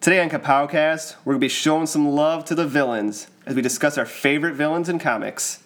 Today on Kapowcast, we're going to be showing some love to the villains as we discuss our favorite villains in comics.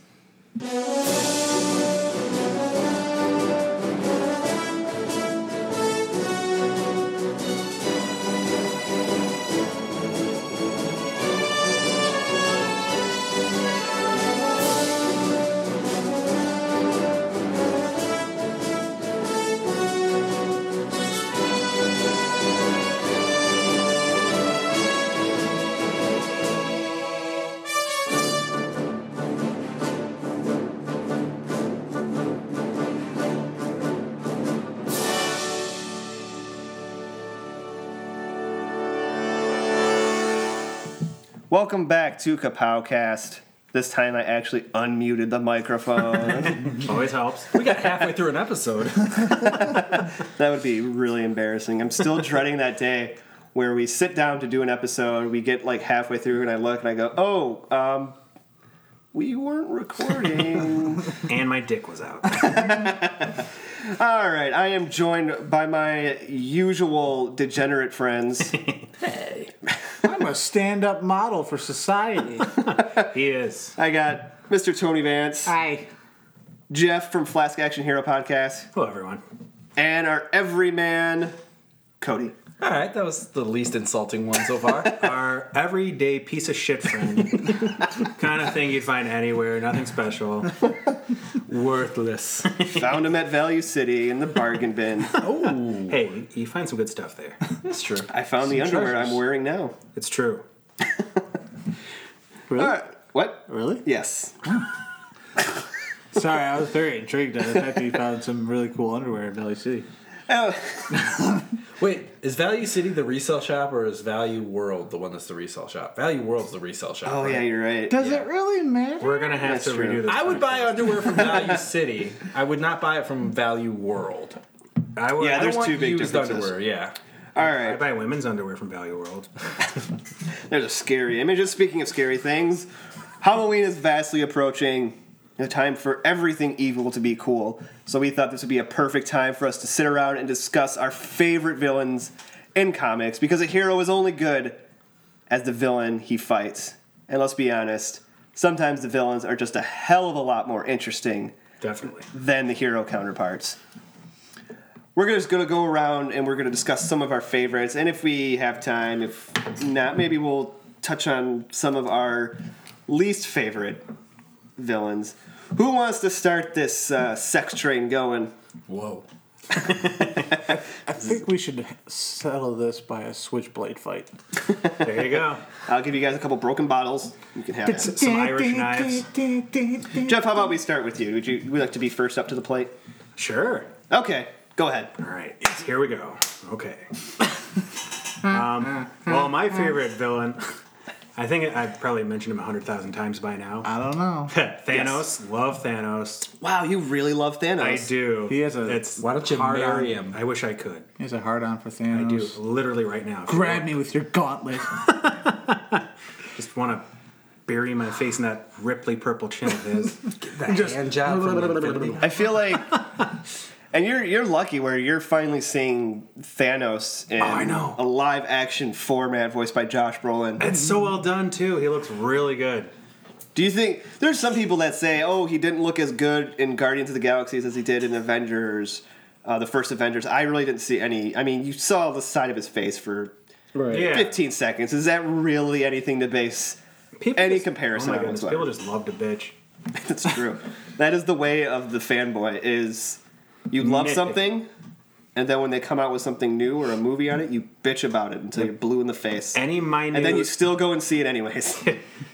Welcome back to Kapowcast. This time I actually unmuted the microphone. Always helps. We got halfway through an episode. that would be really embarrassing. I'm still dreading that day where we sit down to do an episode, we get like halfway through, and I look and I go, oh, um, we weren't recording. And my dick was out. All right, I am joined by my usual degenerate friends. I'm a stand-up model for society. He is. I got Mr. Tony Vance, I Jeff from Flask Action Hero Podcast, Hello, everyone. and our everyman, Cody. All right, that was the least insulting one so far. Our everyday piece of shit friend. kind of thing you'd find anywhere, nothing special. Worthless. Found him at Value City in the bargain bin. Oh, Hey, you find some good stuff there. that's true. I found the underwear treasures. I'm wearing now. It's true. All right, what? really? Yes. Sorry, I was very intrigued at the fact that you found some really cool underwear in Valley City. Oh, Wait, is Value City the resale shop or is Value World the one that's the resale shop? Value World's the resale shop. oh right? yeah, you're right. Does it really matter? We're going to have That's to true. redo this. I would podcast. buy underwear from Value City. I would not buy it from Value World. I would, Yeah, I I there's don't want two big used differences. underwear. Yeah. All I right. buy women's underwear from Value World. There's a scary image. Just speaking of scary things, Halloween is vastly approaching. The time for everything evil to be cool. So we thought this would be a perfect time for us to sit around and discuss our favorite villains in comics because a hero is only good as the villain he fights. And let's be honest, sometimes the villains are just a hell of a lot more interesting Definitely. than the hero counterparts. We're just going to go around and we're going to discuss some of our favorites, and if we have time, if not, maybe we'll touch on some of our least favorite villains. Who wants to start this uh, sex train going? Whoa. I think we should settle this by a switchblade fight. There you go. I'll give you guys a couple broken bottles. You can have that. Some Irish knives. Jeff, how about we start with you? Would you would you like to be first up to the plate? Sure. Okay, go ahead. All right, here we go. Okay. um, well, my favorite villain, I think I've probably mentioned him a hundred thousand times by now. I don't know. Thanos, love Thanos. Wow, you really love Thanos. I do. He has a- It's Why don't you hard marry on- him? I wish I could. Here's a hard on for Thanos. I do literally right now. If you Grab want- me with your gauntlet. Just want to bury my face in that Ripley purple chin of his. That hand job from Infinity. I feel like, and you're you're lucky where you're finally seeing Thanos in Oh, I know. a live action format voiced by Josh Brolin. it's so well done too. He looks really good. Do you think there's some people that say, oh, he didn't look as good in Guardians of the Galaxies as he did in Avengers, uh, the first Avengers? I really didn't see any. I mean, you saw the side of his face for right. Yeah. 15 seconds. Is that really anything to base? People any comparison Oh my on goodness, whatsoever. people just love to bitch. That's true. that is the way of the fanboy. Is you love Nitpick. something, and then when they come out with something new or a movie on it, you bitch about it until you're blue in the face, and Any minute. then you still go and see it anyways.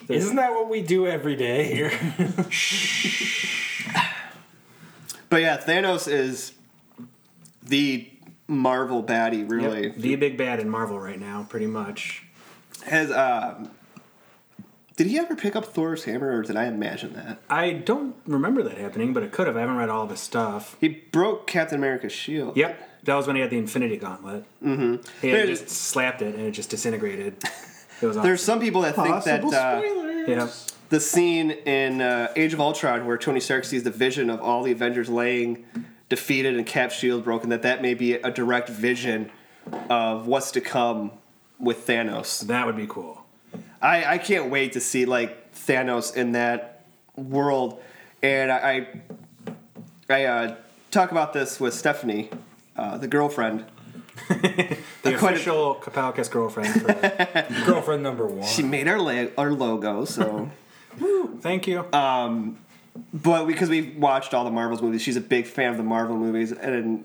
Isn't that what we do every day here? but yeah, Thanos is the Marvel baddie. Really the big bad in Marvel right now, pretty much. has. Um, did he ever pick up Thor's hammer, or did I imagine that? I don't remember that happening, but it could have. I haven't read all of his stuff. He broke Captain America's shield. Yep, that was when he had the Infinity Gauntlet. Mm-hmm. He had just slapped it, and it just disintegrated. It was awesome. There's some people that think that Possible uh, spoilers. yeah. the scene in uh, Age of Ultron where Tony Stark sees the vision of all the Avengers laying defeated and Cap's shield broken, that that may be a direct vision of what's to come with Thanos. That would be cool. I, I can't wait to see like Thanos in that world. And I I, I uh, talk about this with Stephanie, uh, the girlfriend. The Quite a- official Kapalkas girlfriend. For, Girlfriend number one. She made our la- our logo, so thank you. but because we've watched all the Marvels movies, she's a big fan of the Marvel movies, and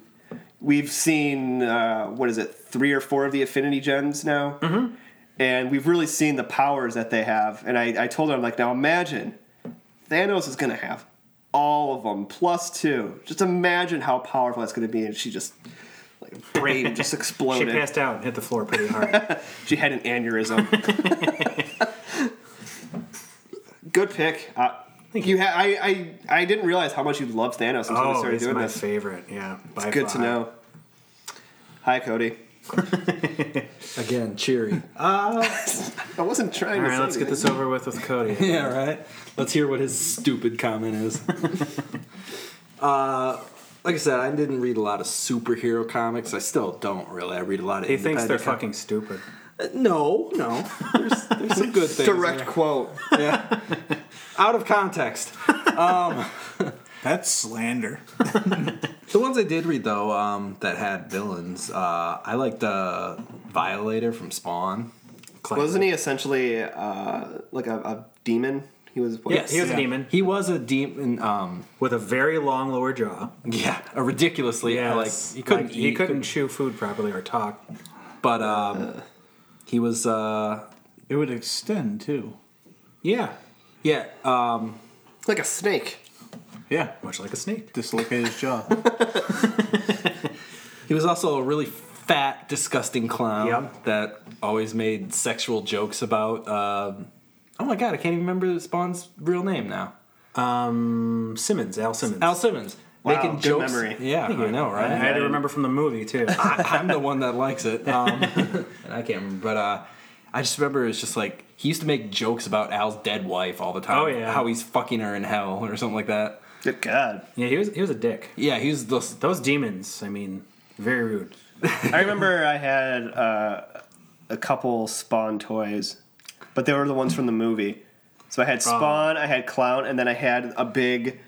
we've seen uh, what is it, three or four of the Affinity Gems now, mm-hmm. and we've really seen the powers that they have. And I, I told her, I'm like, now imagine Thanos is gonna have all of them plus two. Just imagine how powerful that's gonna be. And she just like brain just she exploded. passed out and hit the floor pretty hard. She had an aneurysm. Good pick. Uh, you. Ha- I, I I didn't realize how much you loved Thanos until we oh, started it's doing my this. favorite. Yeah, by Good to far. know. Hi, Cody. Again, cheery. I wasn't trying All to. right, say let's get anything. this over with with Cody. yeah, right. Let's hear what his stupid comment is. uh, like I said, I didn't read a lot of superhero comics. I still don't really. I read a lot of. He thinks they're independent com- fucking stupid. No, no. There's, there's some good things. Direct quote. Yeah. Out of context. That's slander. The ones I did read though um, that had villains, uh, I liked uh, Violator from Spawn. Classic. Wasn't he essentially uh, like a, a demon? He was. What? He was a Yeah. demon He was a demon. Um, with a very long lower jaw. yeah, a ridiculously Yeah, like he couldn't eat, he couldn't chew food properly or talk. but um, he was uh, It would extend too. Yeah, yeah. Um, like a snake. Yeah. much like a snake. Dislocate his jaw. he was also a really fat, disgusting clown Yep. that always made sexual jokes about. Um, oh my god, I can't even remember Spawn's real name now. Um, Simmons, Al Simmons. Al Simmons. Wow, making good jokes. memory. Yeah, I know, I right? had to remember from the movie too. I, I'm the one that likes it. Um, and I can't remember, but uh, I just remember it's just like he used to make jokes about Al's dead wife all the time. Oh, yeah. how he's fucking her in hell or something like that. Good God. yeah, he was he was a dick. Yeah, he was the Those demons, I mean, very rude. I remember I had uh, a couple Spawn toys, but they were the ones from the movie. So I had Spawn, I had Clown, and then I had a big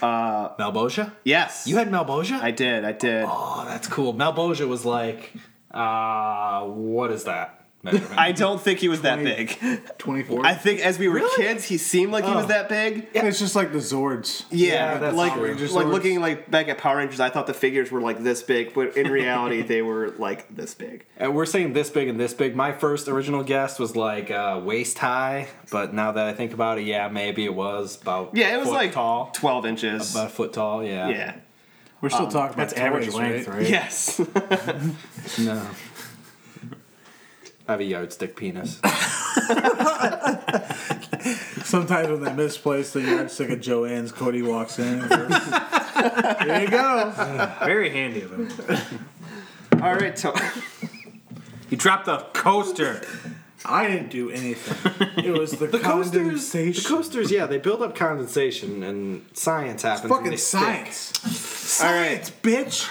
Malboja. yes. You had Malboja. I did. I did. oh, that's cool. Malboja was like, uh, what is that? measurement? I don't think he was that big. 24. I think as we were kids, he seemed like he was that big. It's just like the Zords. Yeah, that's like true. like Rangers swords. looking like back at Power Rangers, I thought the figures were like this big, but in reality, they were like this big. And Uh, we're saying this big and this big. My first original guess was like uh, waist high, but now that I think about it, yeah, maybe it was about Yeah, it was foot like tall, twelve inches. about a foot tall. Yeah, yeah. We're still talking about That's average toys, length, right? Yes. No. I have a yardstick penis. Sometimes when they misplace the yardstick at Joanne's, Cody walks in. There you go. Very handy of him. All right. To- He dropped the coaster. I didn't do anything. It was the, The coasters, the condensation. coasters, yeah, they build up condensation and science happens. and Fucking they stick. science. All right, It's bitch.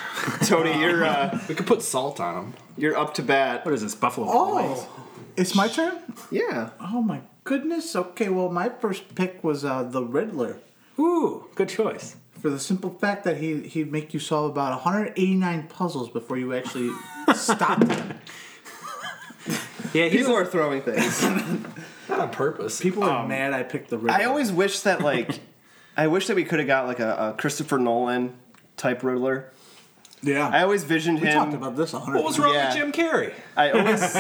Tony, you're uh, We could put salt on them. you're up to bat. What is this Buffalo? Bills? Oh, it's my turn. Yeah. Oh my goodness. Okay, well my first pick was uh, the Riddler Ooh, good choice. for the simple fact that he he'd make you solve about 189 puzzles before you actually stopped him. Yeah, he's People are throwing things. Not on purpose. People are mad I picked the Riddler. I always wish that like, I wish that we could have got like a, a Christopher Nolan type Riddler. yeah. I always visioned we talked him. about this. 100 what was wrong Yeah. with Jim Carrey? I always.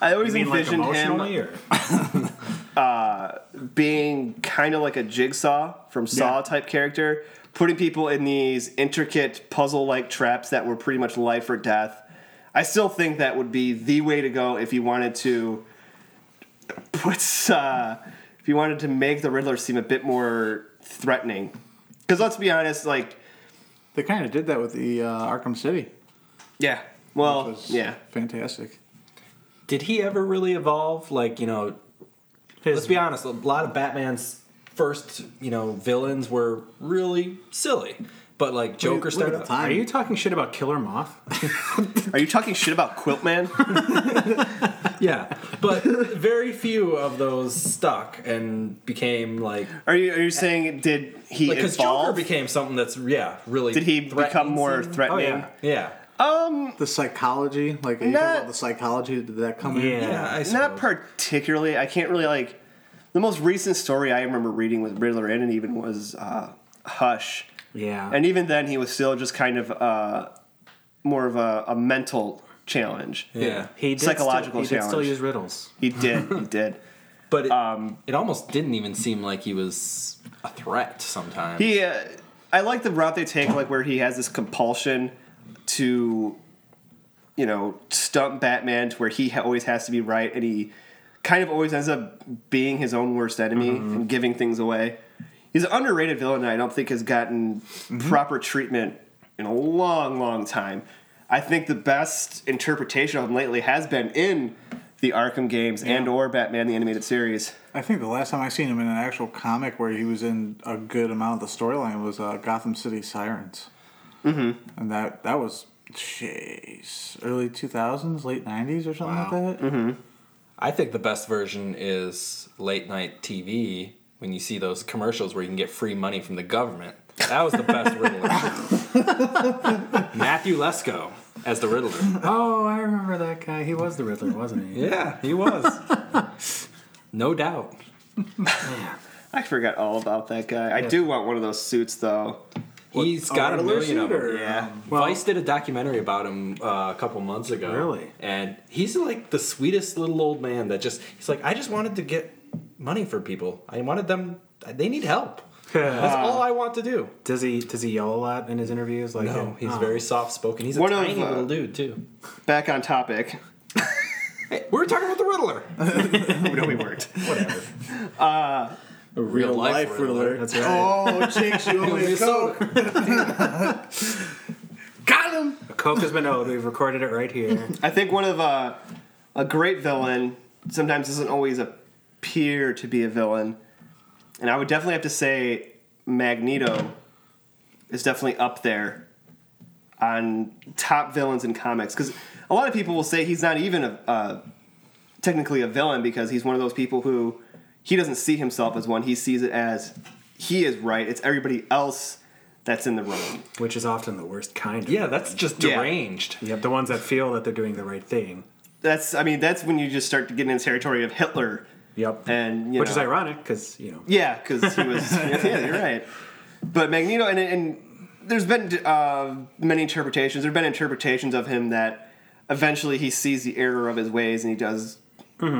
I always I mean, like envisioned him emotionally or being kind of like a jigsaw from Saw Yeah. type character, putting people in these intricate puzzle like traps that were pretty much life or death. I still think that would be the way to go if you wanted to put uh, if you wanted to make the Riddler seem a bit more threatening. Because let's be honest, like They kind of did that with the uh, Arkham City. yeah, well which was yeah, fantastic. Did he ever really evolve? Like, you know, let's his be honest, a lot of Batman's first, you know, villains were really silly. But like Joker look at started. that. Are you talking shit about Killer Moth? Are you talking shit about Quiltman? Yeah, but very few of those stuck and became like Are you are you saying did he because Joker evolve? became something that's yeah really. did he threatens become more him. Oh threatening? yeah. Yeah, The psychology, like are you Not- talking about the psychology, did that come in? yeah. I Not suppose. particularly. I can't really like. The most recent story I remember reading with Riddler in it even was uh, Hush, Yeah. and even then he was still just kind of uh, more of a, a mental challenge. Yeah, he did Psychological still, he did still challenge. use riddles. He did. He did. but it, um, it almost didn't even seem like he was a threat. Sometimes He, uh, I like the route they take, like where he has this compulsion to, you know, stump Batman to where he ha- always has to be right, and he kind of always ends up being his own worst enemy and giving things away. He's an underrated villain, and I don't think has gotten proper treatment in a long, long time. I think the best interpretation of him lately has been in the Arkham games and or Batman the animated series. I think the last time I seen him in an actual comic where he was in a good amount of the storyline was uh, Gotham City Sirens, mm-hmm. and that that was jeez early two thousands, late nineties or something like Mm-hmm. that. I think the best version is late night TV when you see those commercials where you can get free money from the government. That was the best Riddler. Matthew Lesko as the Riddler. Oh, I remember that guy. He was the Riddler, wasn't he? Yeah, he was. no doubt. I forgot all about that guy. I do want one of those suits though. He's got a Riddler million of suit or- them. Yeah. Vice did a documentary about him uh, a couple months ago. Really? And he's like the sweetest little old man that just, he's like, I just wanted to get money for people. I wanted them, they need help. That's all I want to do. Does he does he yell a lot in his interviews? Like No, he's oh. very soft spoken. He's a One of, tiny uh, little dude too. Back on topic. Hey, we were talking about the Riddler. no, we weren't. Whatever. a real, life Riddler. That's right. Oh, chicks, you only a coke. Got him. Coke has been owed. We've recorded it right here. I think one of uh, a great villain sometimes doesn't always appear to be a villain, and I would definitely have to say Magneto is definitely up there on top villains in comics because a lot of people will say he's not even a uh, technically a villain because he's one of those people who he doesn't see himself as one. He sees it as he is right. It's everybody else that's in the wrong. Which is often the worst kind of Yeah, that's just Yeah. deranged. Yep, the ones that feel that they're doing the right thing. That's I mean that's when you just start to get in the territory of Hitler. Yep. And you Which know, is ironic because, you know, Yeah, because he was. yeah, you're right. But Magneto, and, and there's been uh, many interpretations. There've been interpretations of him that eventually he sees the error of his ways and he does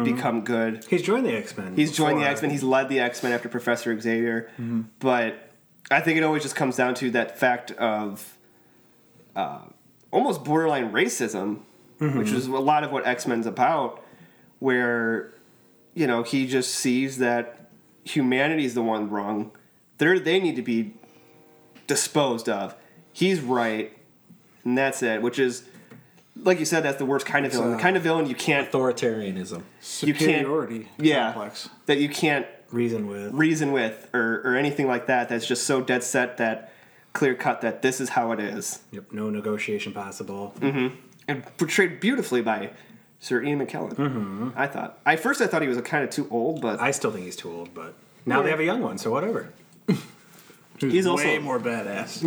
become good. he's joined the X Men. He's joined the X Men. He's led the X Men after Professor Xavier. But I think it always just comes down to that fact of uh, almost borderline racism, which is a lot of what X Men's about, where you know he just sees that humanity's the one wrong. They're, they need to be disposed of. He's right, and that's it. Which is, like you said, that's the worst kind of villain. The kind of villain you can't Authoritarianism. You can't- Superiority yeah complex. that you can't Reason with. reason with or, or anything like that that's just so dead set that clear cut that this is how it is Yep, no negotiation possible. and portrayed beautifully by sir ian mckellen mm-hmm. i thought at first i thought he was kind of too old but I still think he's too old, but now they have a young one, so whatever. He's, He's way also- more badass.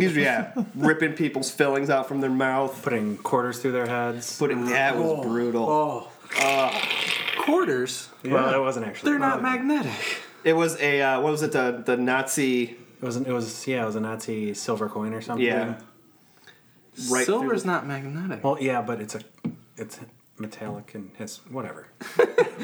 he's yeah ripping people's fillings out from their mouth Putting quarters through their heads. putting that was brutal Oh, Quarters. Well, that wasn't actually. They're not quarters. magnetic. it was a uh, what was it the, the nazi It was, an, it was, yeah, it was a Nazi silver coin or something. yeah Right through Silver's not magnetic. Well, yeah, but it's a, it's metallic and has whatever.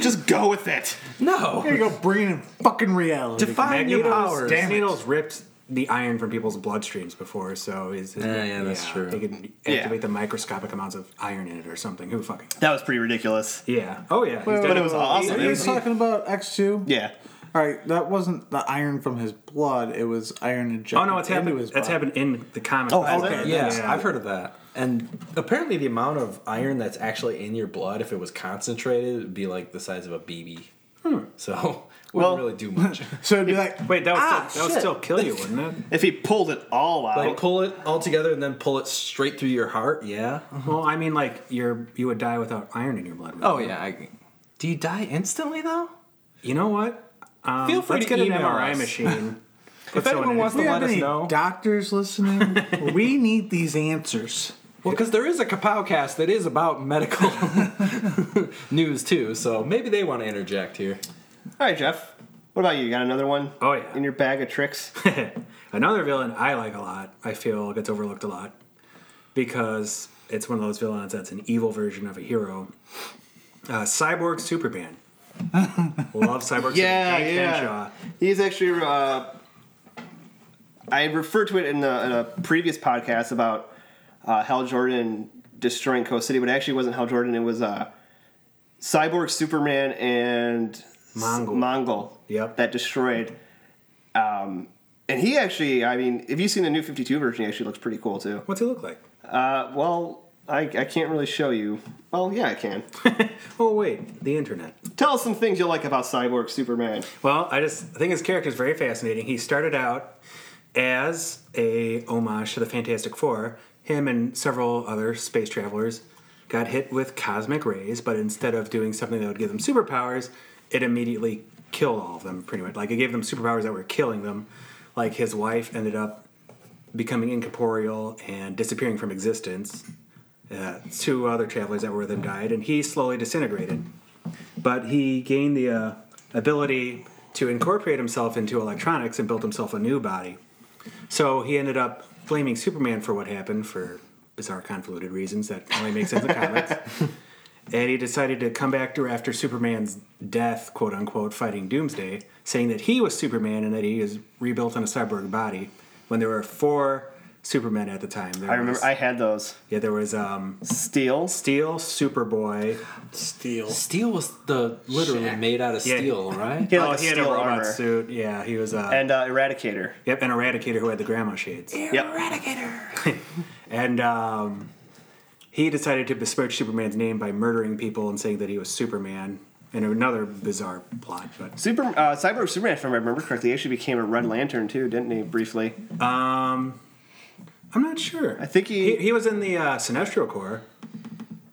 just go with it there no. you go, bringing in fucking reality. Define your powers. Damn it. Magneto's ripped the iron from people's bloodstreams before, so is his, Yeah, yeah, that's true. They can Yeah. activate the microscopic amounts of iron in it or something. Who fucking? that was pretty ridiculous Yeah. Oh yeah. he's but done it was Are awesome It you was- talking about X two? yeah All right, that wasn't the iron from his blood. It was iron injected. Oh no, it's into happened. his It's body. happened in the comic. has book. it? Yeah, I've heard of that. And apparently, the amount of iron that's actually in your blood, if it was concentrated, would be like the size of a BB. So Well- really do much. So it'd be like, Wait, that would, Ah, still, that would shit. still kill you, wouldn't it? If he pulled it all out, like pull it all together and then pull it straight through your heart. Yeah. Well, I mean, like you're you would die without iron in your blood. wouldn't Oh you? yeah. I, do you die instantly though? You know what? Um, Feel free let's to get email an MRI us. machine. If anyone wants do to we let have us any know, doctors listening? we need these answers. well, because there is a Kapowcast that is about medical news too, so maybe they want to interject here. all right, Jeff. What about you? You got another one? Oh, yeah. In your bag of tricks. Another villain I like a lot, I feel gets overlooked a lot because it's one of those villains that's an evil version of a hero. Uh, Cyborg Superman. Love Cyborg Yeah, Superman. Hank yeah. Henshaw. He's actually. Uh, I referred to it in a, in a previous podcast about uh, Hal Jordan destroying Coast City, but it actually wasn't Hal Jordan. It was uh, Cyborg, Superman, and S- Mongol. Mongol. Yep. That destroyed. Um, and he actually, I mean, if you've seen the new 52 version, he actually looks pretty cool too. What's he look like? Uh, well, I, I can't really show you. Well, yeah, I can. Oh, wait, the internet. Tell us some things you like about Cyborg Superman. Well, I just I think his character is very fascinating. He started out as a homage to the Fantastic Four. Him and several other space travelers got hit with cosmic rays, but instead of doing something that would give them superpowers, it immediately killed all of them. Pretty much, like it gave them superpowers that were killing them. Like his wife ended up becoming incorporeal and disappearing from existence. Uh, two other travelers that were with him died, and he slowly disintegrated but he gained the uh, ability to incorporate himself into electronics and built himself a new body. So he ended up blaming Superman for what happened for bizarre, convoluted reasons that only make sense in comics. And he decided to come back to after Superman's death, quote unquote, fighting Doomsday, saying that he was Superman and that he is rebuilt in a cyborg body. When there were four Supermen at the time, there I remember was- I had those. yeah, there was um, Steel. Steel, Superboy, Steel. Steel was the literally made out of Yeah. steel, right? He had, oh, like, a he had a steel robot armor. suit. Yeah, he was. Uh, And uh, Eradicator. yep, an Eradicator who had the grandma shades. Yep. And um, he decided to besmirch Superman's name by murdering people and saying that he was Superman. And another bizarre plot, but Super uh, Cyborg Superman, if I remember correctly, actually became a Red Lantern too, didn't he? Briefly, um, I'm not sure. I think he- he, was in the uh, Sinestro Corps.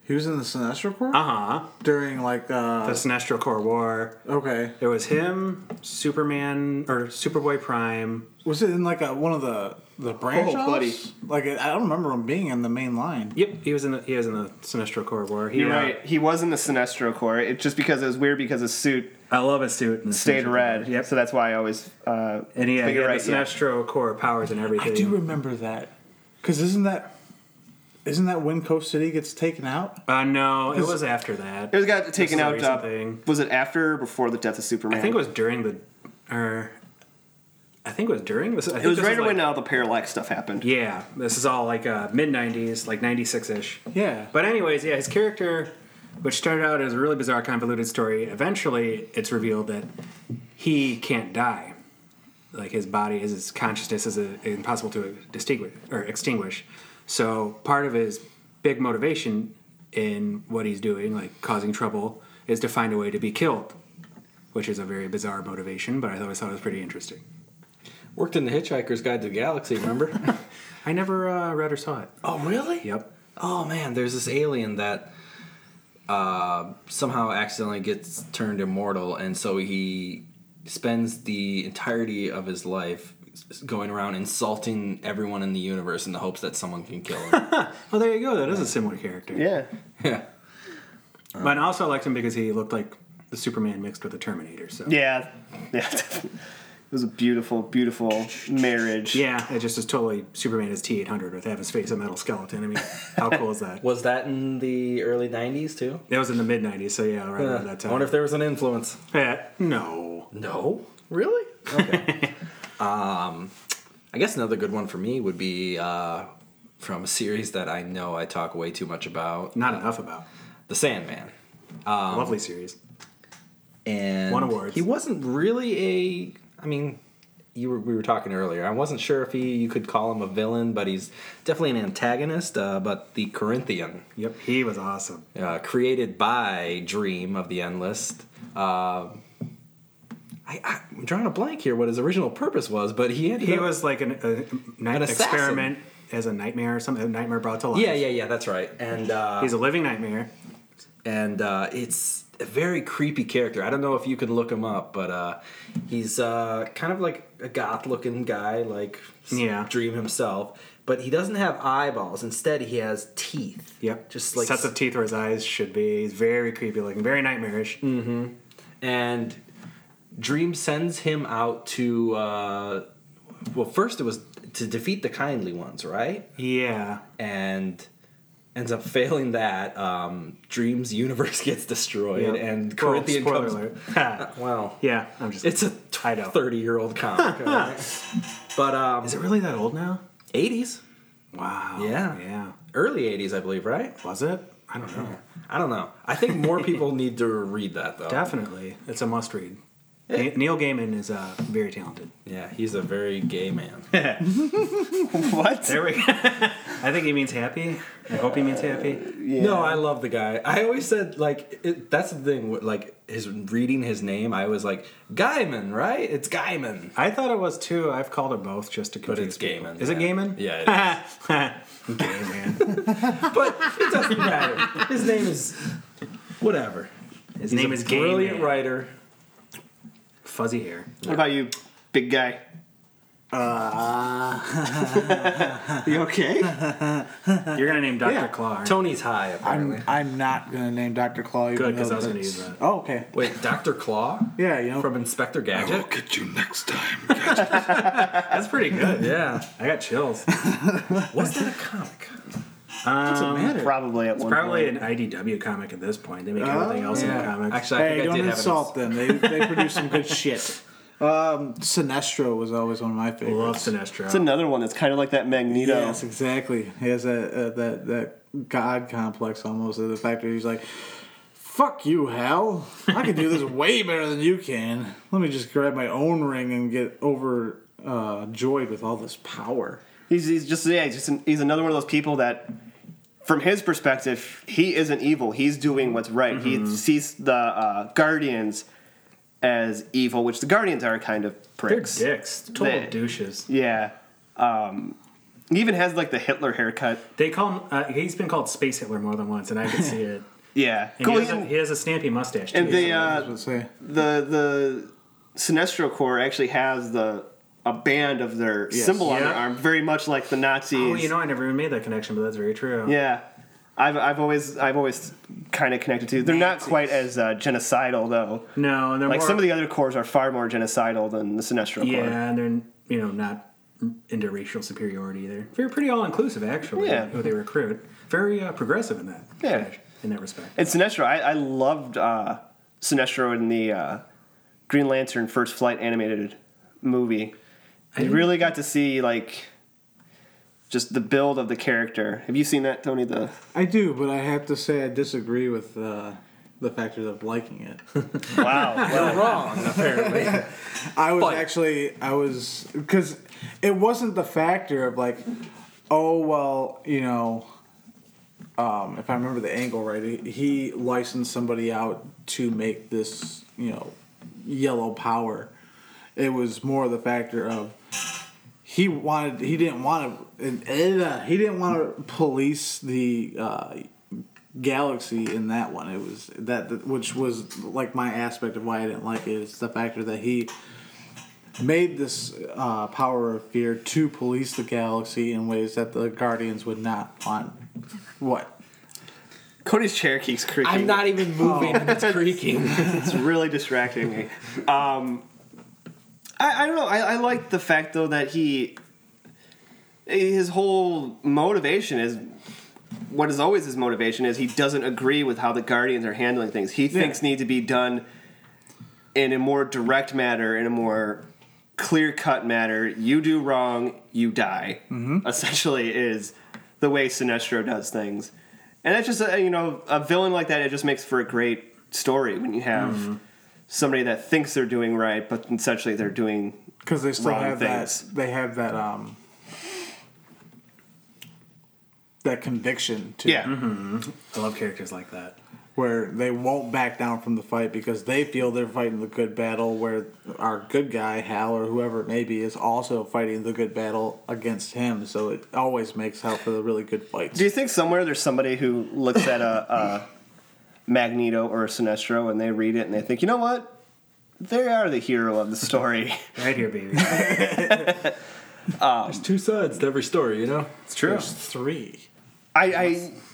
He was in the Sinestro Corps Uh Uh-huh. huh. during like The uh, Sinestro Corps War. okay. There was him, Superman or Superboy Prime. Was it in like a, one of the the branch Oh, buddy. offs? Like I don't remember him being in the main line. Yep, he was in the he was in the Sinestro Corps War. He, you're uh, right. He was in the Sinestro Corps. It just because it was weird because his suit I love his suit. in the stayed Sinestro Corps. red. Yep. So that's why I always. Uh, And he had, he figure had right, the yeah. Sinestro core powers and I everything. do remember that. Cause isn't that isn't that when Coast City gets taken out? uh, no, it was after that. It was got taken is a out. recent Uh, thing. was it after or before the death of Superman? I think it was during the, or I think it was during this. I think It was this right like- when uh, all the parallax stuff happened. Yeah, this is all like uh, mid '90s, like '96 ish. Yeah. But anyways, yeah, his character, which started out as a really bizarre, convoluted story, eventually it's revealed that he can't die. Like his body is his consciousness is uh impossible to distinguish or extinguish. So part of his big motivation in what he's doing, like causing trouble, is to find a way to be killed, which is a very bizarre motivation. But I always thought it was pretty interesting. Worked in the Hitchhiker's Guide to the Galaxy, remember? I never uh, read or saw it. oh, really? Yep. Oh man, there's this alien that uh, somehow accidentally gets turned immortal, and so he spends the entirety of his life s- going around insulting everyone in the universe in the hopes that someone can kill him. Oh, there you go. That is a similar character. Yeah. yeah. But I also liked him because he looked like the Superman mixed with the Terminator. So Yeah. Yeah. it was a beautiful, beautiful marriage. yeah, it just is totally Superman is T eight hundred with Evan's face a metal skeleton. I mean, how cool is that? Was that in the early '90s too? that was in the mid nineties, so yeah, right around that I time. wonder if there was an influence. Yeah, no. No, really? Okay. um, I guess another good one for me would be uh, from a series that I know I talk way too much about, Not enough about. The Sandman. Um, Lovely series. and Won awards. He wasn't really a. I mean, you were, we were talking earlier. I wasn't sure if he you could call him a villain, but he's definitely an antagonist. Uh, but the Corinthian, Yep, he was awesome. uh, created by Dream of the Endless. Uh, I I, I, I'm drawing a blank here. What his original purpose was, but he ended He up- was like an, a night An assassin. experiment as a nightmare or something. A nightmare brought to life. Yeah, yeah, yeah. That's right. And uh, He's a living nightmare. and uh, it's a very creepy character. I don't know if you can look him up, but uh, he's uh, kind of like a goth-looking guy, like s- Yeah. Dream himself. But he doesn't have eyeballs. Instead, he has teeth. Yep. just like sets of teeth where his eyes should be. He's very creepy looking, very nightmarish. Mm. and Dream sends him out to. Uh, well, first it was to defeat the kindly ones, right? Yeah. and ends up failing that. Um, Dream's universe gets destroyed, Yeah. and Well, Corinthian spoiler comes. alert. Ha. Well, yeah, I'm just. it's a I know. thirty-year-old comic, alright? but um, Is it really that old now? eighties, Wow. Yeah. Yeah. early eighties, I believe, right? Was it? I don't know. I don't know. I think more people need to read that though. Definitely, it's a must read. Ne- Neil Gaiman is uh, very talented. Yeah, he's a very gay man. What? There we go. I think he means happy. I hope he means happy. No, I love the guy. I always said like it, that's the thing. with, Like his reading his name, I was like Gaiman, right? It's Gaiman. I thought it was too. I've called it both just to confuse. it's people. Gaiman, Is it yeah. Gaiman? Oh, Yeah, it is. Gaiman. but it doesn't matter. His name is whatever. His He's name a is brilliant Gaiman. writer. Fuzzy hair. What about you, big guy? Uh, you okay? You're gonna name Doctor Yeah. Claw. aren't you? Tony's high apparently. I'm, I'm not gonna name Dr. Claw. even Good, 'cause though I was gonna that's- use that. Oh, okay. Wait, Doctor Claw Yeah, you know. from Inspector Gadget. Get you next time. That's pretty good. Yeah, I got chills. was that a comic? Um, what's the matter? Probably at one Probably point. an IDW comic at this point. They make everything else in Yeah. comics. Actually, I Hey, think I don't did have insult it. them. They, they produce some good shit. Um, Sinestro was always one of my favorites. love Sinestro. It's another one that's kind of like that Magneto. Yes, exactly. He has that uh, that that god complex almost. of The fact that he's like, "Fuck you, hell! I can do this way better than you can. Let me just grab my own ring and get over." Uh, joyed with all this power. He's, he's just yeah, he's just an, he's another one of those people that, from his perspective, he isn't evil. He's doing what's right. Mm-hmm. He sees the uh, Guardians as evil, which the Guardians are kind of They're pricks. dicks. Total They- douches. Yeah. Um, he even has like the Hitler haircut. They call him. Uh, he's been called Space Hitler more than once, and I can see it. Yeah. And Cool. he, has a, he And, has a snappy mustache. Too, and the I uh, would say the the Sinestro Corps actually has the a band of their symbol on their Yeah. arm, very much like the Nazis. oh, you know, I never even made that connection, but that's very true. uh, Yeah, I've, I've always I've always kind of connected to. They're not quite as uh, genocidal though. No, and they're Like more, some of the other cores are far more genocidal than the Sinestro Corps. Yeah, and they're you know not into racial superiority either. They're pretty all inclusive actually. Yeah. Who they recruit. Very uh, progressive in that. Yeah. In that respect. And Sinestro, I, I loved uh, Sinestro in the uh, Green Lantern First Flight animated movie. I really got to see like just the build of the character. Have you seen that, Tony? The I do, but I have to say I disagree with uh, the factors of liking it. wow, well, Wrong, apparently. I was But- actually I was because it wasn't the factor of like, oh well, you know, um, if I remember the angle right, he, he licensed somebody out to make this, you know, yellow power. It was more the factor of he wanted he didn't want to uh, he didn't want to police the. Uh, galaxy in that one. It was that, that which was like my aspect of why I didn't like it is the factor that he made this uh, power of fear to police the galaxy in ways that the Guardians would not want. What? Cody's chair keeps creaking. I'm not even moving. and It's creaking. It's really distracting me. Um, I, I don't know. I, I like the fact though that he his whole motivation is what is always his motivation is he doesn't agree with how the Guardians are handling things. He thinks need to be done in a more direct manner, in a more clear cut manner. You do wrong, you die. Essentially, is the way Sinestro does things, and that's just a, you know a villain like that. It just makes for a great story when you have somebody that thinks they're doing right, but essentially they're doing Because they still Wrong have things. that. They have that. um that conviction to yeah. Mm-hmm. I love characters like that. where they won't back down from the fight because they feel they're fighting the good battle, where our good guy, Hal, or whoever it may be, is also fighting the good battle against him. So it always makes out for the really good fights. Do you think somewhere there's somebody who looks at a, a Magneto or a Sinestro and they read it and they think, you know what? They are the hero of the story. Right here, baby. There's two sides to every story, you know. It's true. There's three. I, I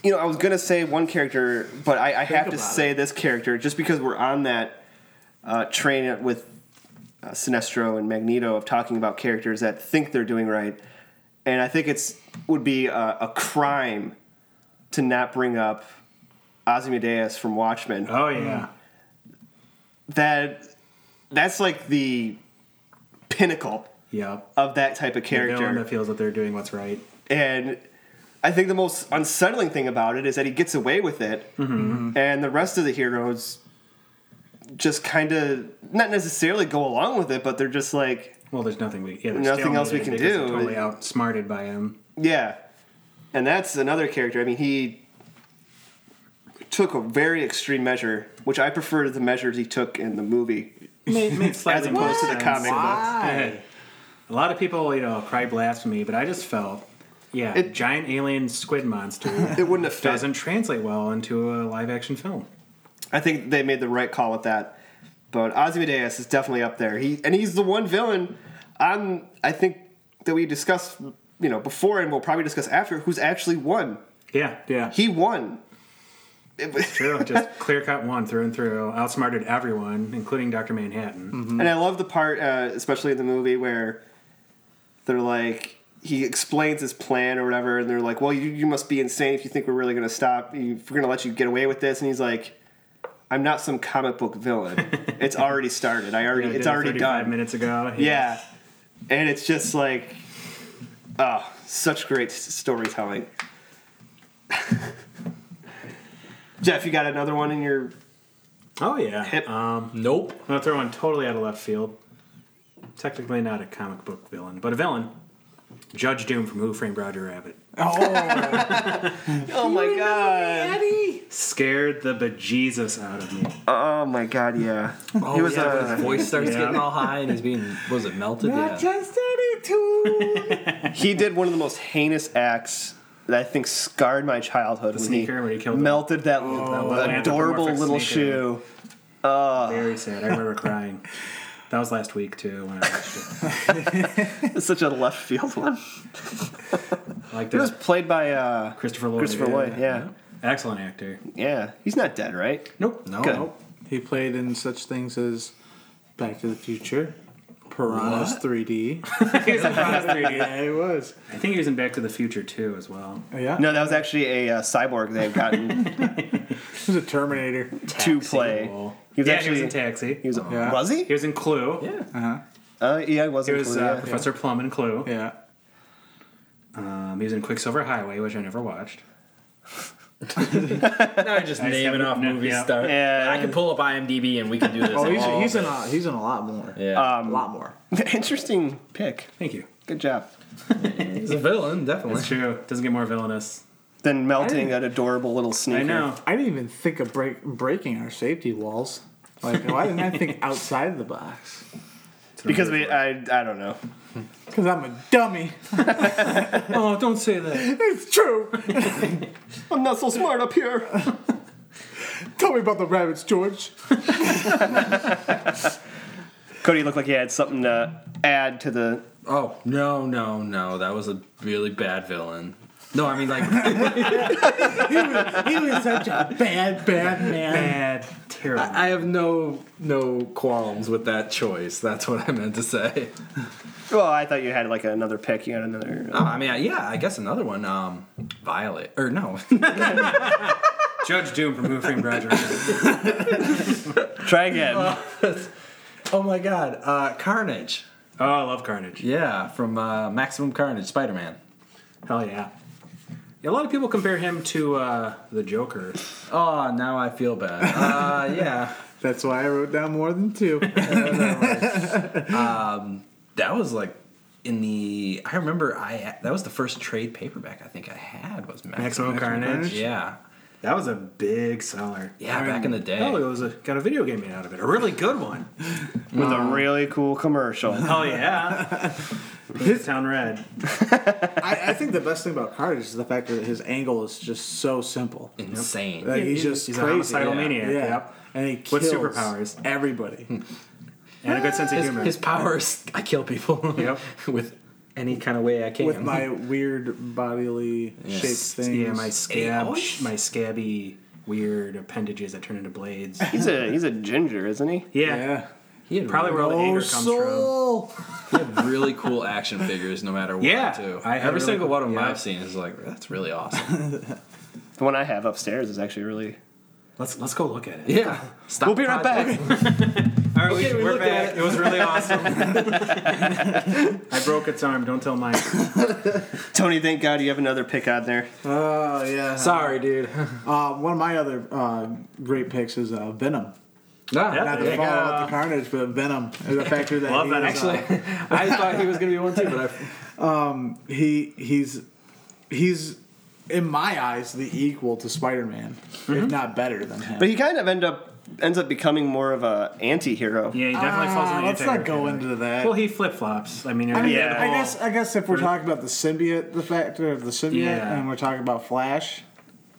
you know, I was gonna say one character, but I, I have to about say this character just because we're on that uh, train with uh, Sinestro and Magneto of talking about characters that think they're doing right, and I think it's would be a, a crime to not bring up Ozymandias from Watchmen. Oh yeah. That that's like the pinnacle Yep. of that type of The character. villain that feels that they're doing what's right. And I think the most unsettling thing about it is that he gets away with it, and the rest of the heroes just kind of not necessarily go along with it, but they're just like, Well, there's nothing we yeah, there's Nothing else we stalemated can because they're do. Totally outsmarted by him. yeah. And that's another character. I mean, he took a very extreme measure, which I prefer to the measures he took in the movie as opposed to the comic books. A lot of people, you know, cry blasphemy, but I just felt, yeah, It- giant alien squid monster It wouldn't have fit. doesn't translate well into a live action film. I think they made the right call with that. But Ozymandias is definitely up there. He and he's the one villain on I think that we discussed you know before and we'll probably discuss after who's actually won. Yeah, Yeah. He won. It was- true. just clear cut one through and through, outsmarted everyone, including Doctor Manhattan. And I love the part, uh, especially in the movie, where they're like, he explains his plan or whatever, and they're like, well, you, you must be insane if you think we're really going to stop, if we're going to let you get away with this. And he's like, I'm not some comic book villain. it's already started. I already, I did it's it already 35 done. minutes ago. Yeah. And it's just like, oh, such great s- storytelling. Jeff, you got another one in your. Oh yeah. Hip. Um, Nope. I'm gonna throw one totally out of left field. Technically not a comic book villain, but a villain. Judge Doom from Who Framed Roger Rabbit. Oh, Oh my god! Scared the bejesus out of me. Oh my god! Yeah. Oh, He was, yeah, uh, when his voice starts Yeah. getting all high and he's being what was it melted? not yeah. just any two. He did one of the most heinous acts that I think scarred my childhood. The sneaker when he killed him. Oh, melted that that adorable anthropomorphic little shoe. sneaker. Very sad. I remember crying. That was last week too when I watched it. It's such a left field one. Like It was this played by uh, Christopher Lloyd. Christopher Lloyd. Yeah, Excellent actor. yeah. He's not dead, right? Nope. No. Good. He played in such things as Back to the Future, Piranha's 3D. He was in Fast 3D. it was. Oh, I think he was in Back to the Future too as well. Yeah. No, that was actually a uh, cyborg they've gotten It was a Terminator. to play. Role. He was yeah, actually he was in Taxi. He was, Yeah. was he? He was in Clue. Yeah. Uh-huh. Uh, yeah, he He wasn't. was Clue, uh, yeah. Professor Plum in Clue. Yeah. Um, he was in Quicksilver Highway, which I never watched. Now you're just naming have- off no, movies. yeah. Star. Yeah. I can pull up IMDb and we can do this. Oh, he's, um, all he's in day. a he's in a lot more. Yeah, a lot more. uh, Interesting pick. Thank you. Good job. He's a villain, definitely. It's true. Doesn't get more villainous. Then melting an adorable little sneaker. I know. I didn't even think of break, breaking our safety walls. Like, why didn't I think outside the box? Because we, I, I don't know. Because I'm a dummy. Oh, don't say that. It's true. I'm not so smart up here. Tell me about the rabbits, George. Cody looked like he had something to add to the. Oh no, no, no! That was a really bad villain. No, I mean like He was such a bad, bad man. Bad. Terrible. I have no no qualms with that choice. That's what I meant to say. Well, I thought you had like another pick. You had another. uh, Oh, I mean, I- yeah, I guess another one. Um, Violet or no? Judge Doom from Who Framed Roger Rabbit. Try again. oh my God, uh, Carnage. Oh, I love Carnage. Yeah, from uh, Maximum Carnage, Spider Man. Hell yeah. Yeah, A lot of people compare him to uh, the Joker. Oh, now I feel bad. Uh, yeah, That's why I wrote down more than two. that was like in the. I remember I that was the first trade paperback I think I had was Maximum. Maximum Carnage. Carnage? Yeah. That was a big seller. Yeah, back in the day. Oh, it was a, got a video game made out of it. A really good one. with a really cool commercial. Oh yeah. His town red. I, I think the best thing about Carnage is the fact that his angle is just so simple. Insane. Like he's just He's a crazy. homicidal yeah. maniac. yeah. Yep. And he With kills superpowers. everybody. And a good sense of His, humor. his powers, I kill people. Yep. with any kind of way I can. With my weird bodily shaped things. yeah, my scab, always- my scabby, weird appendages that turn into blades. He's a he's a ginger, isn't he? Yeah. yeah. he had Probably where all the anger comes from. really, he had really cool action figures, no matter what. Yeah, too. I had every really single cool- one of them yeah. I've seen is like that's really awesome. The one I have upstairs is actually really. Let's let's go look at it. yeah, Stop We'll be right back. All right, Okay, we, we are looked back. at It was really awesome. I broke its arm. Don't tell Mike. Tony, thank God you have another pick on there. Oh, yeah. Sorry, dude. Uh, one of my other uh, great picks is uh, Venom. No, Not Yeah. the follow-up to Carnage, but Venom. The factor that Love he Venom. is, uh, actually, I thought he was gonna be one too, but I, he he's he's in my eyes the equal to Spider-Man, if not better than him. But he kind of end up ends up becoming more of a anti-hero. Yeah, he definitely falls in Ah, the let's anti-hero not go category. into that. Well, he flip flops. I mean, I mean, yeah. I guess I guess if we're talking about the symbiote, the factor of the symbiote, Yeah. and we're talking about Flash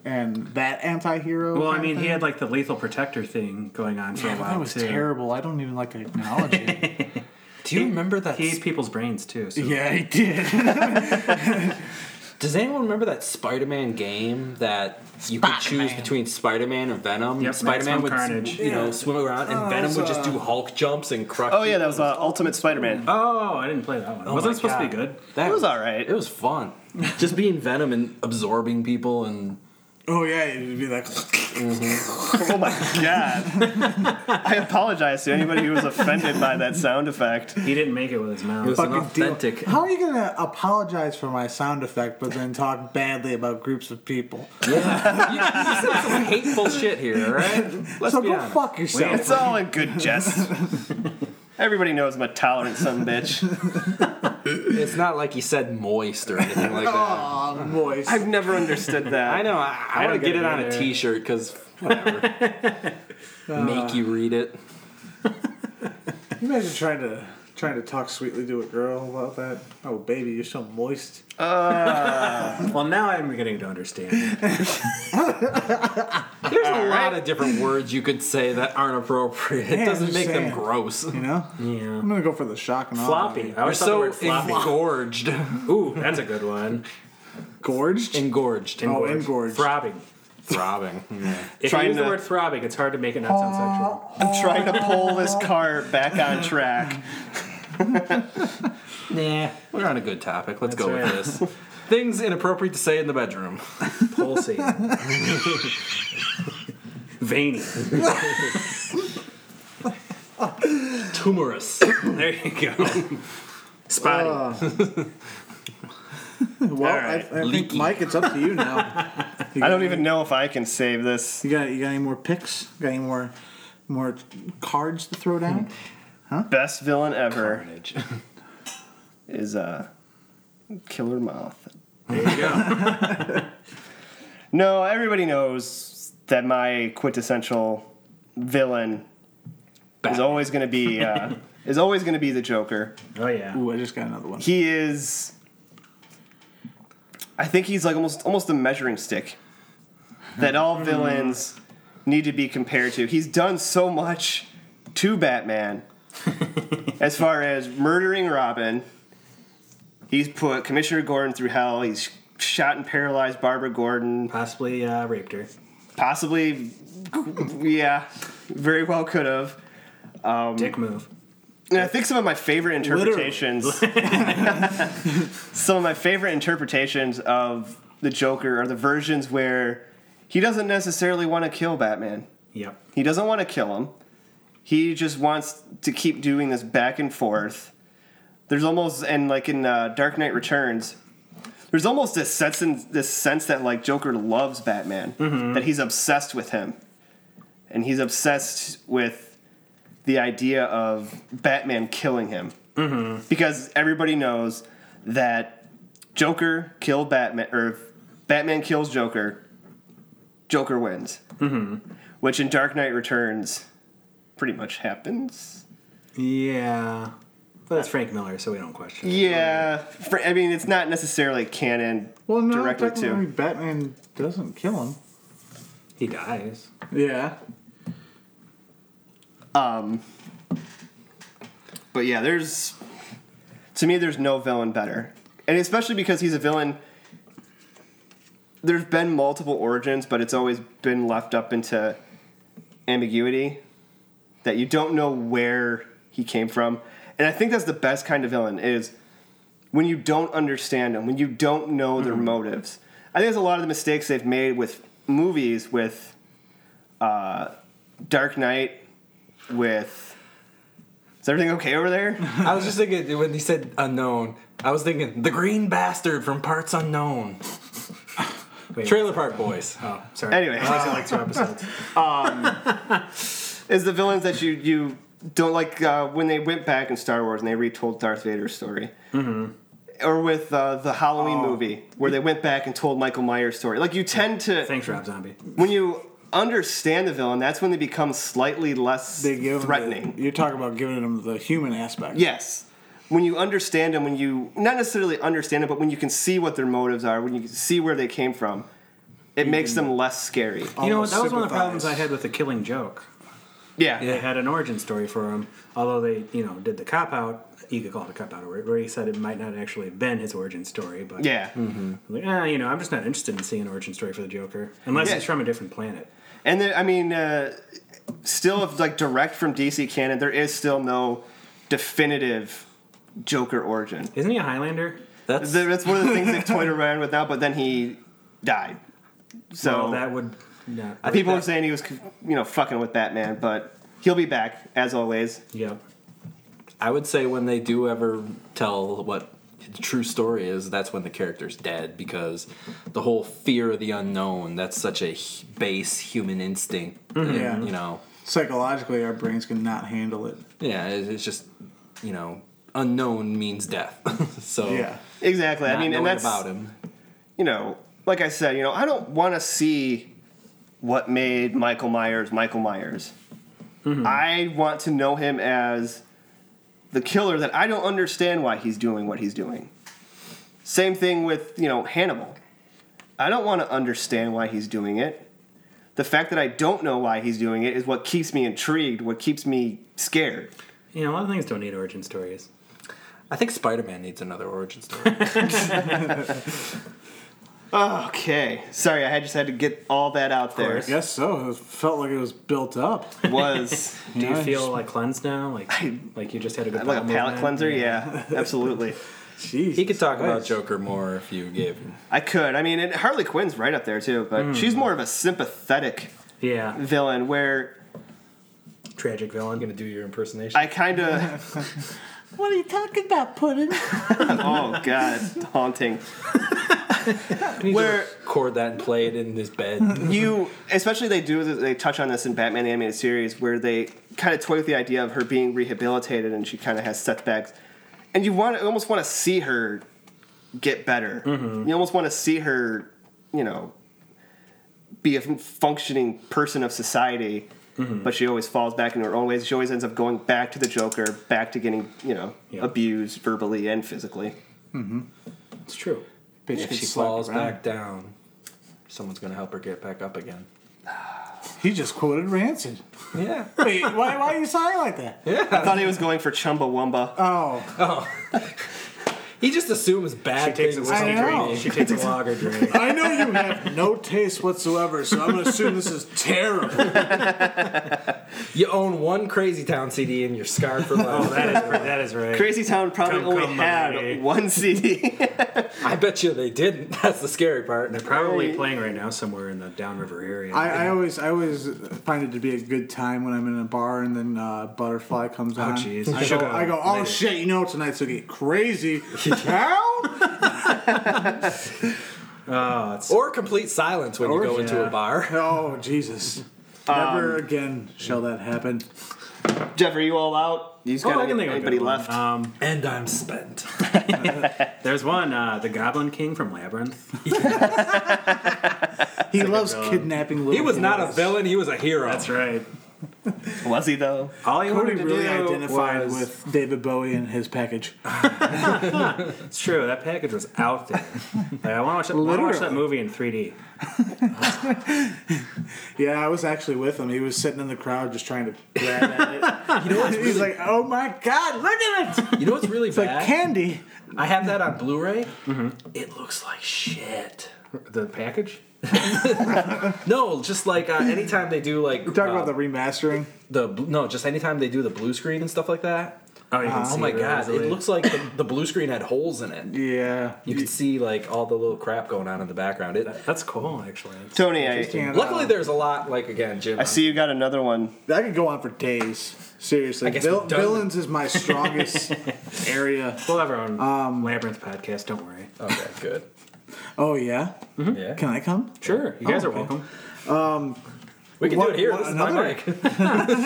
and that anti-hero. Well, I kind of mean, he thing. had like the lethal protector thing going on for a while that was too. terrible. I don't even like to acknowledge it. do you remember that? He ate people's brains too. So. yeah, he did. Does anyone remember that Spider-Man game that you could choose between Spider-Man and Venom? Yep, Spider-Man Maximum would Carnage. you know swim around, and Venom would just do Hulk jumps and crush. uh, Oh yeah, that was uh, Ultimate Spider-Man. Oh, I didn't play that one. Wasn't my it supposed to be God. good? That It was all right. It was fun. just being Venom and absorbing people and oh yeah, he'd be like, Oh my god! I apologize to anybody who was offended by that sound effect. He didn't make it with his mouth. it was an Fucking deal. authentic. "How are you gonna apologize for my sound effect, but then talk badly about groups of people? This is some hateful shit here, all right? Let's so be go honest. fuck yourself." It's all in good jest. Everybody knows I'm a tolerant son bitch. It's not like he said moist or anything like that. Aw, moist. I've never understood that. I know. I, I, want gotta to get get it on a it. T-shirt because whatever. Make you read it. You imagine trying to trying to talk sweetly to a girl about that. Oh, baby, you're so moist. Well, now I'm beginning to understand. There's a lot of different words you could say that aren't appropriate. It Yeah, doesn't I'm make just them saying. gross. You know? Yeah. I'm gonna go for the shock and awe. Floppy. I They're always thought the so word floppy. engorged. Ooh, that's a good one. Gorged. engorged. Oh, engorged. Throbbing. Throbbing. If Trying you use to- the word throbbing, it's hard to make it not sound sexual. I'm trying to pull this car back on track. Nah, we're on a good topic. Let's That's go right. with this. Things inappropriate to say in the bedroom. Pulsating. Veiny. Tumorous. There you go. Spotty. Uh, well, All right. I, I think Leaky. Mike, it's up to you now. You I don't got- even know if I can save this. You got you got any more picks? Got any more more cards to throw down? Best villain ever Carnage. is uh, Killer Moth. there you go. No, everybody knows that my quintessential villain is Batman. always going to be uh, is always going to be the Joker. Oh, yeah. Ooh, I just got another one. He is. I think he's like almost almost a measuring stick that all villains need to be compared to. He's done so much to Batman as far as murdering Robin. He's put Commissioner Gordon through hell. He's shot and paralyzed Barbara Gordon. Possibly uh, raped her. possibly yeah very well could have Dick move. and i think some of my favorite interpretations some of my favorite interpretations of the joker are the versions where he doesn't necessarily want to kill batman Yep. he doesn't want to kill him he just wants to keep doing this back and forth there's almost and like in uh, dark knight returns there's almost this sense in, this sense that like joker loves batman that he's obsessed with him and he's obsessed with the idea of batman killing him because everybody knows that joker killed batman or if batman kills joker Joker wins. Mm-hmm. Which in Dark Knight Returns pretty much happens. Yeah. But Uh, it's Frank Miller, so we don't question. it. Yeah. Fr- I mean, it's not necessarily canon Well, no, directly technically to. Batman doesn't kill him. He dies. Yeah. Um, but yeah, there's. To me, there's no villain better. And especially because he's a villain. There's been multiple origins, but it's always been left up into ambiguity that you don't know where he came from. And I think that's the best kind of villain is when you don't understand them, when you don't know their motives. I think there's a lot of the mistakes they've made with movies, with uh, Dark Knight, with. Is everything okay over there? I was just thinking when he said unknown. I was thinking the green bastard from Parts Unknown. Wait, Trailer Park Boys. Oh, sorry. Anyway. I Uh, only seen like two episodes. is the villains that you you don't like uh, when they went back in Star Wars and they retold Darth Vader's story. Mm-hmm. Or with uh, the Oh. Halloween movie, where they went back and told Michael Myers' story. Like, you tend to. Thanks, Rob Zombie. when you understand the villain, that's when they become slightly less They give him the- threatening. you're talking about giving him the human aspect. yes. When you understand them, when you not necessarily understand it, but when you can see what their motives are, when you can see where they came from, it makes them less scary. You know, Almost that was one of the sympathize. problems I had with the Killing Joke. Yeah. They had an origin story for him, although they, you know, did the cop out. You could call it a cop out, or where he said it might not actually have been his origin story, but Hmm. Yeah. like, ah, you know, I'm just not interested in seeing an origin story for the Joker unless Yeah. it's from a different planet. And then, I mean, uh, still, if like direct from DC canon, there is still no definitive Joker origin. Isn't he a Highlander? That's There- That's one of the things they've toyed around with now, but then he died. So well, that would not. people are saying he was, you know, fucking with Batman, but he'll be back as always. Yep. I would say when they do ever tell what the true story is, that's when the character's dead because the whole fear of the unknown, that's such a h- base human instinct. Mm-hmm. Yeah. You know, Psychologically, our brains cannot handle it. yeah, it- it's just, you know, unknown means death. so, Yeah. Exactly. not I mean, and knowing that's about him. you know, like I said, you know, I don't want to see what made Michael Myers Michael Myers. Mm-hmm. I want to know him as the killer that I don't understand why he's doing what he's doing. Same thing with, you know, Hannibal. I don't want to understand why he's doing it. The fact that I don't know why he's doing it is what keeps me intrigued, what keeps me scared. You know, a lot of things don't need origin stories. I think Spider Man needs another origin story. Okay. Sorry, I had- just had to get all that out there. I guess so. It felt like it was built up. Was Do you Yeah, feel like cleansed now? Like, like you just had a good like a bowel palate movement? cleanser? Yeah, absolutely. Jeez. he could talk about Joker more if you gave him. I could. I mean, and Harley Quinn's right up there too, but she's more of a sympathetic Yeah, villain where tragic villain. I'm going to do your impersonation. I kind of. What are you talking about, Puddin? oh god, it's haunting. where Record that and play it in his bed. you, especially they do, this- they touch on this in Batman the animated series where they kind of toy with the idea of her being rehabilitated and she kind of has setbacks, and you want to almost want to see her get better. Mm-hmm. You almost want to see her, you know, be a functioning person of society. Mm-hmm. But she always falls back into her own ways. She always ends up going back to the Joker, back to getting you know Yeah. abused verbally and physically. It's true. Bitch if gets she slapped falls around. back down, someone's going to help her get back up again. He just quoted Rancid. Yeah. Wait, why, why are you sorry like that? I thought he was going for Chumbawamba. Oh, He just assumes bad She takes things. a I whiskey know. drink. She takes a lager drink. I know you have no taste whatsoever, so I'm going to assume this is terrible. You own one Crazy Town CD and you're scarred for life. Oh, That is right. That is right. Crazy Town probably Come, only come, eh? had buddy. one CD. I bet you they didn't. That's the scary part. They're probably playing right now somewhere in the downriver area. I, I always I always find it to be a good time when I'm in a bar and then uh, Butterfly comes on. jeez. I Should go, go I go, oh later." shit, you know tonight's going to get crazy. How? oh, it's, Or complete silence when Or- you go into yeah. a bar. Oh, Jesus. Never again shall that happen. Jeff, are you all out? You've Oh, got I can any- think of a anybody good one. left? Um, And I'm spent. There's one, uh, the Goblin King from Labyrinth. He loves kidnapping little He was not a boys. villain. He was a hero. That's right. Was he though? All he Cody wanted to really do identified was- with David Bowie and his package. It's true. That package was out there. Like, I want to watch, that Literally. movie in 3D. Yeah, I was actually with him. He was sitting in the crowd just trying to grab at it. you know what? He's like, oh my god, look at it! You know what's really It's like bad? candy. I have that on Blu-ray. Mm-hmm. It looks like shit. The package? No, just like uh, anytime they do like Talk uh, about the remastering. the bl- no, just anytime they do the blue screen and stuff like that. Oh, you can see Oh my really god, easily. it looks like the, the blue screen had holes in it. Yeah. You could see like all the little crap going on in the background. It, That's cool, actually. Tony, I, Interesting. luckily, there's a lot like again, Jim. I see you got another one. That could go on for days. Seriously. guess Vil- we're done. villains is my strongest area. We'll have our own Um, Labyrinth podcast, don't worry. Okay, good. Oh, yeah? Yeah, Can I come? Sure, you guys Oh, are okay. welcome. we can What- do it here. what- This is another- my mic.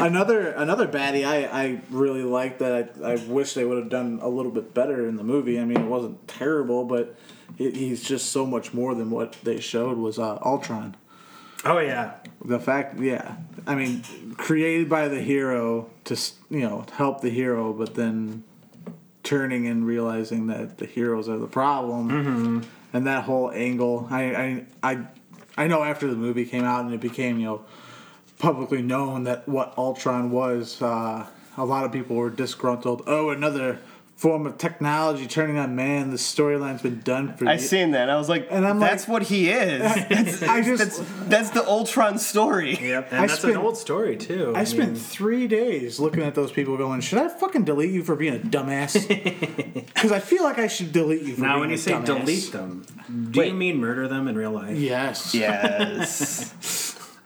Another another baddie I, I really liked that I, I wish they would have done a little bit better in the movie. I mean, it wasn't terrible, but he he's just so much more than what they showed was uh, Ultron. Oh, yeah. The fact, yeah, I mean, created by the hero to s- you know help the hero, but then turning and realizing that the heroes are the problem, Mm-hmm. and that whole angle. I, I I I know after the movie came out and it became you know publicly known that what Ultron was, uh, a lot of people were disgruntled. Oh, another form of technology turning on man. This storyline's been done for. I ye-" seen that. and I was like, And I'm that's like- what he is. That's, I just. that's, that's the Ultron story. Yep. And I that's spent- an old story, too. I spent three days looking at those people going, should I fucking delete you for being a dumbass? Because I feel like I should delete you for Now, being when a you say dumbass. delete them, do you mean murder them in real life? Yes. Yes.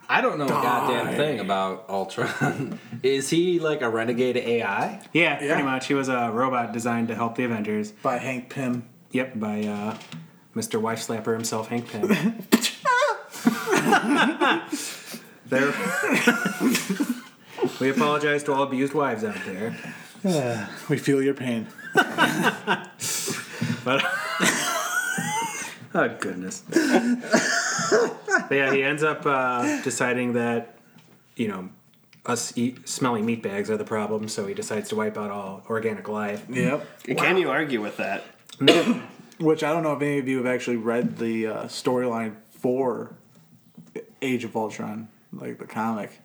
I don't know a goddamn thing about Ultron. is he like a renegade AI? Yeah, Yeah. pretty much. He was a robot designed to help the Avengers. By Hank Pym. Yep, by uh, Mr. Wife Slapper himself, Hank Pym. there. we apologize to all abused wives out there. We feel your pain. But oh goodness. but yeah, he ends up uh, deciding that you know us eat smelly meat bags are the problem, so he decides to wipe out all organic life. Yep. Can you argue with that? Which I don't know if any of you have actually read the uh, storyline for Age of Ultron, like the comic.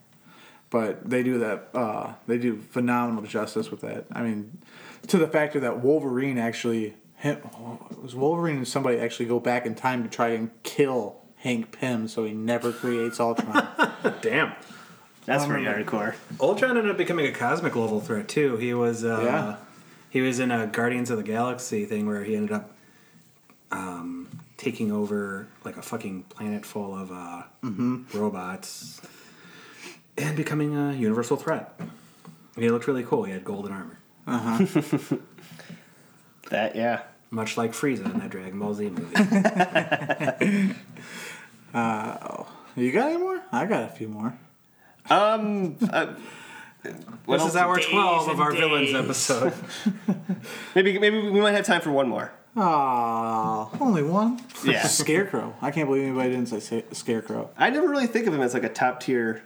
But they do that. Uh, they do phenomenal justice with that. I mean, to the factor that Wolverine actually him, was Wolverine and somebody actually go back in time to try and kill Hank Pym, so he never creates Ultron. Damn. That's pretty hardcore. Ultron ended up becoming a cosmic level threat too. He was uh, Yeah. he was in a Guardians of the Galaxy thing where he ended up um, taking over like a fucking planet full of uh, Mm-hmm. robots and becoming a universal threat. And he looked really cool. He had golden armor, That yeah. much like Frieza in that Dragon Ball Z movie. you got any more? I got a few more. Um. uh, what this else? is hour twelve of our villains episode. Maybe maybe we might have time for one more. Ah, only one. Yeah. Scarecrow. I can't believe anybody didn't say Sa- Scarecrow. I never really think of him as like a top tier.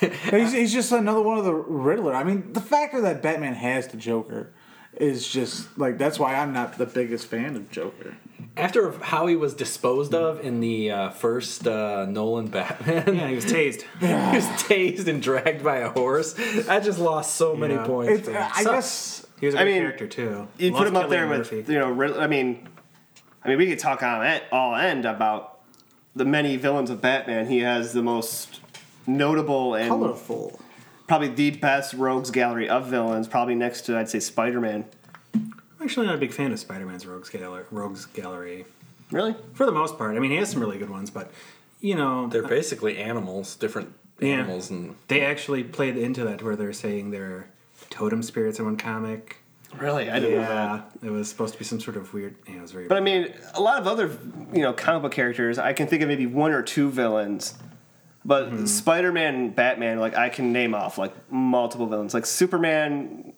He's, he's just another one of the Riddler. I mean, the factor that Batman has the Joker is just like that's why I'm not the biggest fan of Joker. After how he was disposed of in the uh, first uh, Nolan Batman, yeah, he was tased. he was tased and dragged by a horse. I just lost so many Yeah. points. It's, for I that. guess He was a I great mean, character too. You Loved put him up there Killian with Murphy. you know. Rid- I mean, I mean we could talk on it all end about the many villains of Batman. He has the most notable and colorful. probably the best rogues gallery of villains, probably next to I'd say Spider Man. I'm actually not a big fan of Spider-Man's Rogues Gallery. Rogues Gallery. Really? for the most part. I mean, he has some really good ones, but you know, They're basically animals, different Yeah. animals, and they actually played into that where they're saying they're totem spirits in one comic. Really? I didn't know that. Yeah, it was supposed to be some sort of weird. Yeah, it was very. But I mean, a lot of other you know comic book characters, I can think of maybe one or two villains. But Spider-Man, Batman, like I can name off like multiple villains. Like Superman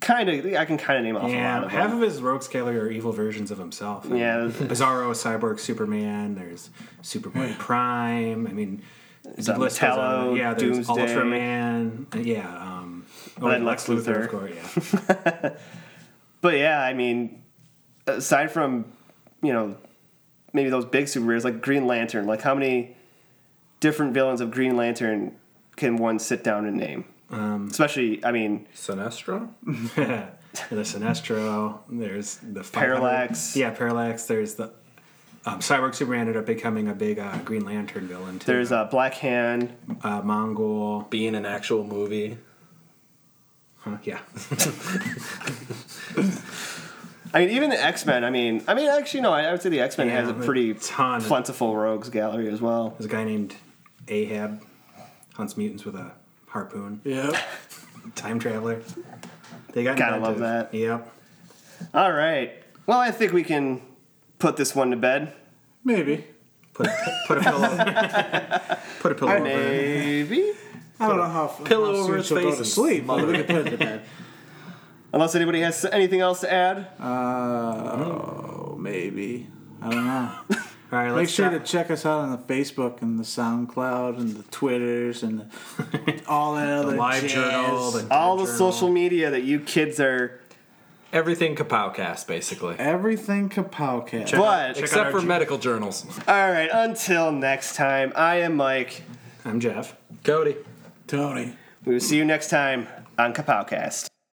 kind of I can kind of name off a lot Yeah, of half them. of his rogues gallery are evil versions of himself. I mean, Yeah. Bizarro, Cyborg, Superman. There's Superboy Prime. I mean, the um, list goes on. Tallow, Yeah, there's Doomsday. Ultraman. Uh, Yeah, um, oh, then and Lex Luthor. of course. Yeah, But yeah, I mean, aside from you know maybe those big superheroes like Green Lantern, like how many different villains of Green Lantern can one sit down and name? Um, Especially, I mean, Sinestro? there's Sinestro. There's the 500 Parallax. Yeah, Parallax. There's the um, Cyborg Superman ended up becoming a big uh, Green Lantern villain. Too. there's uh, Black Hand. uh, Mongol. Being an actual movie. Huh, yeah, I mean, even the X Men. I mean, I mean, actually, no. I, I would say the X Men Yeah, has a but pretty ton of- plentiful rogues gallery as well. there's a guy named Ahab hunts mutants with a harpoon. Yep. Time traveler. They got Gotta inventive. love that. Yep. All right. Well, I think we can put this one to bed. Maybe. Put put a pillow. put a pillow over. it. Maybe. I don't know how pillow how soon over his she'll go face to and sleep. but we can put it to bed. Unless anybody has anything else to add. Uh, maybe. I don't know. All right, let's Make sure stop. to check us out on the Facebook and the SoundCloud and the Twitters and the, all that other live jazz. journal. The All the Journal. social media that you kids are. Everything Kapowcast, basically. Everything Kapowcast. But check- Except out for our G- medical journals. all right. Until next time, I am Mike. I'm Jeff. Cody. Tony. We will see you next time on Kapowcast.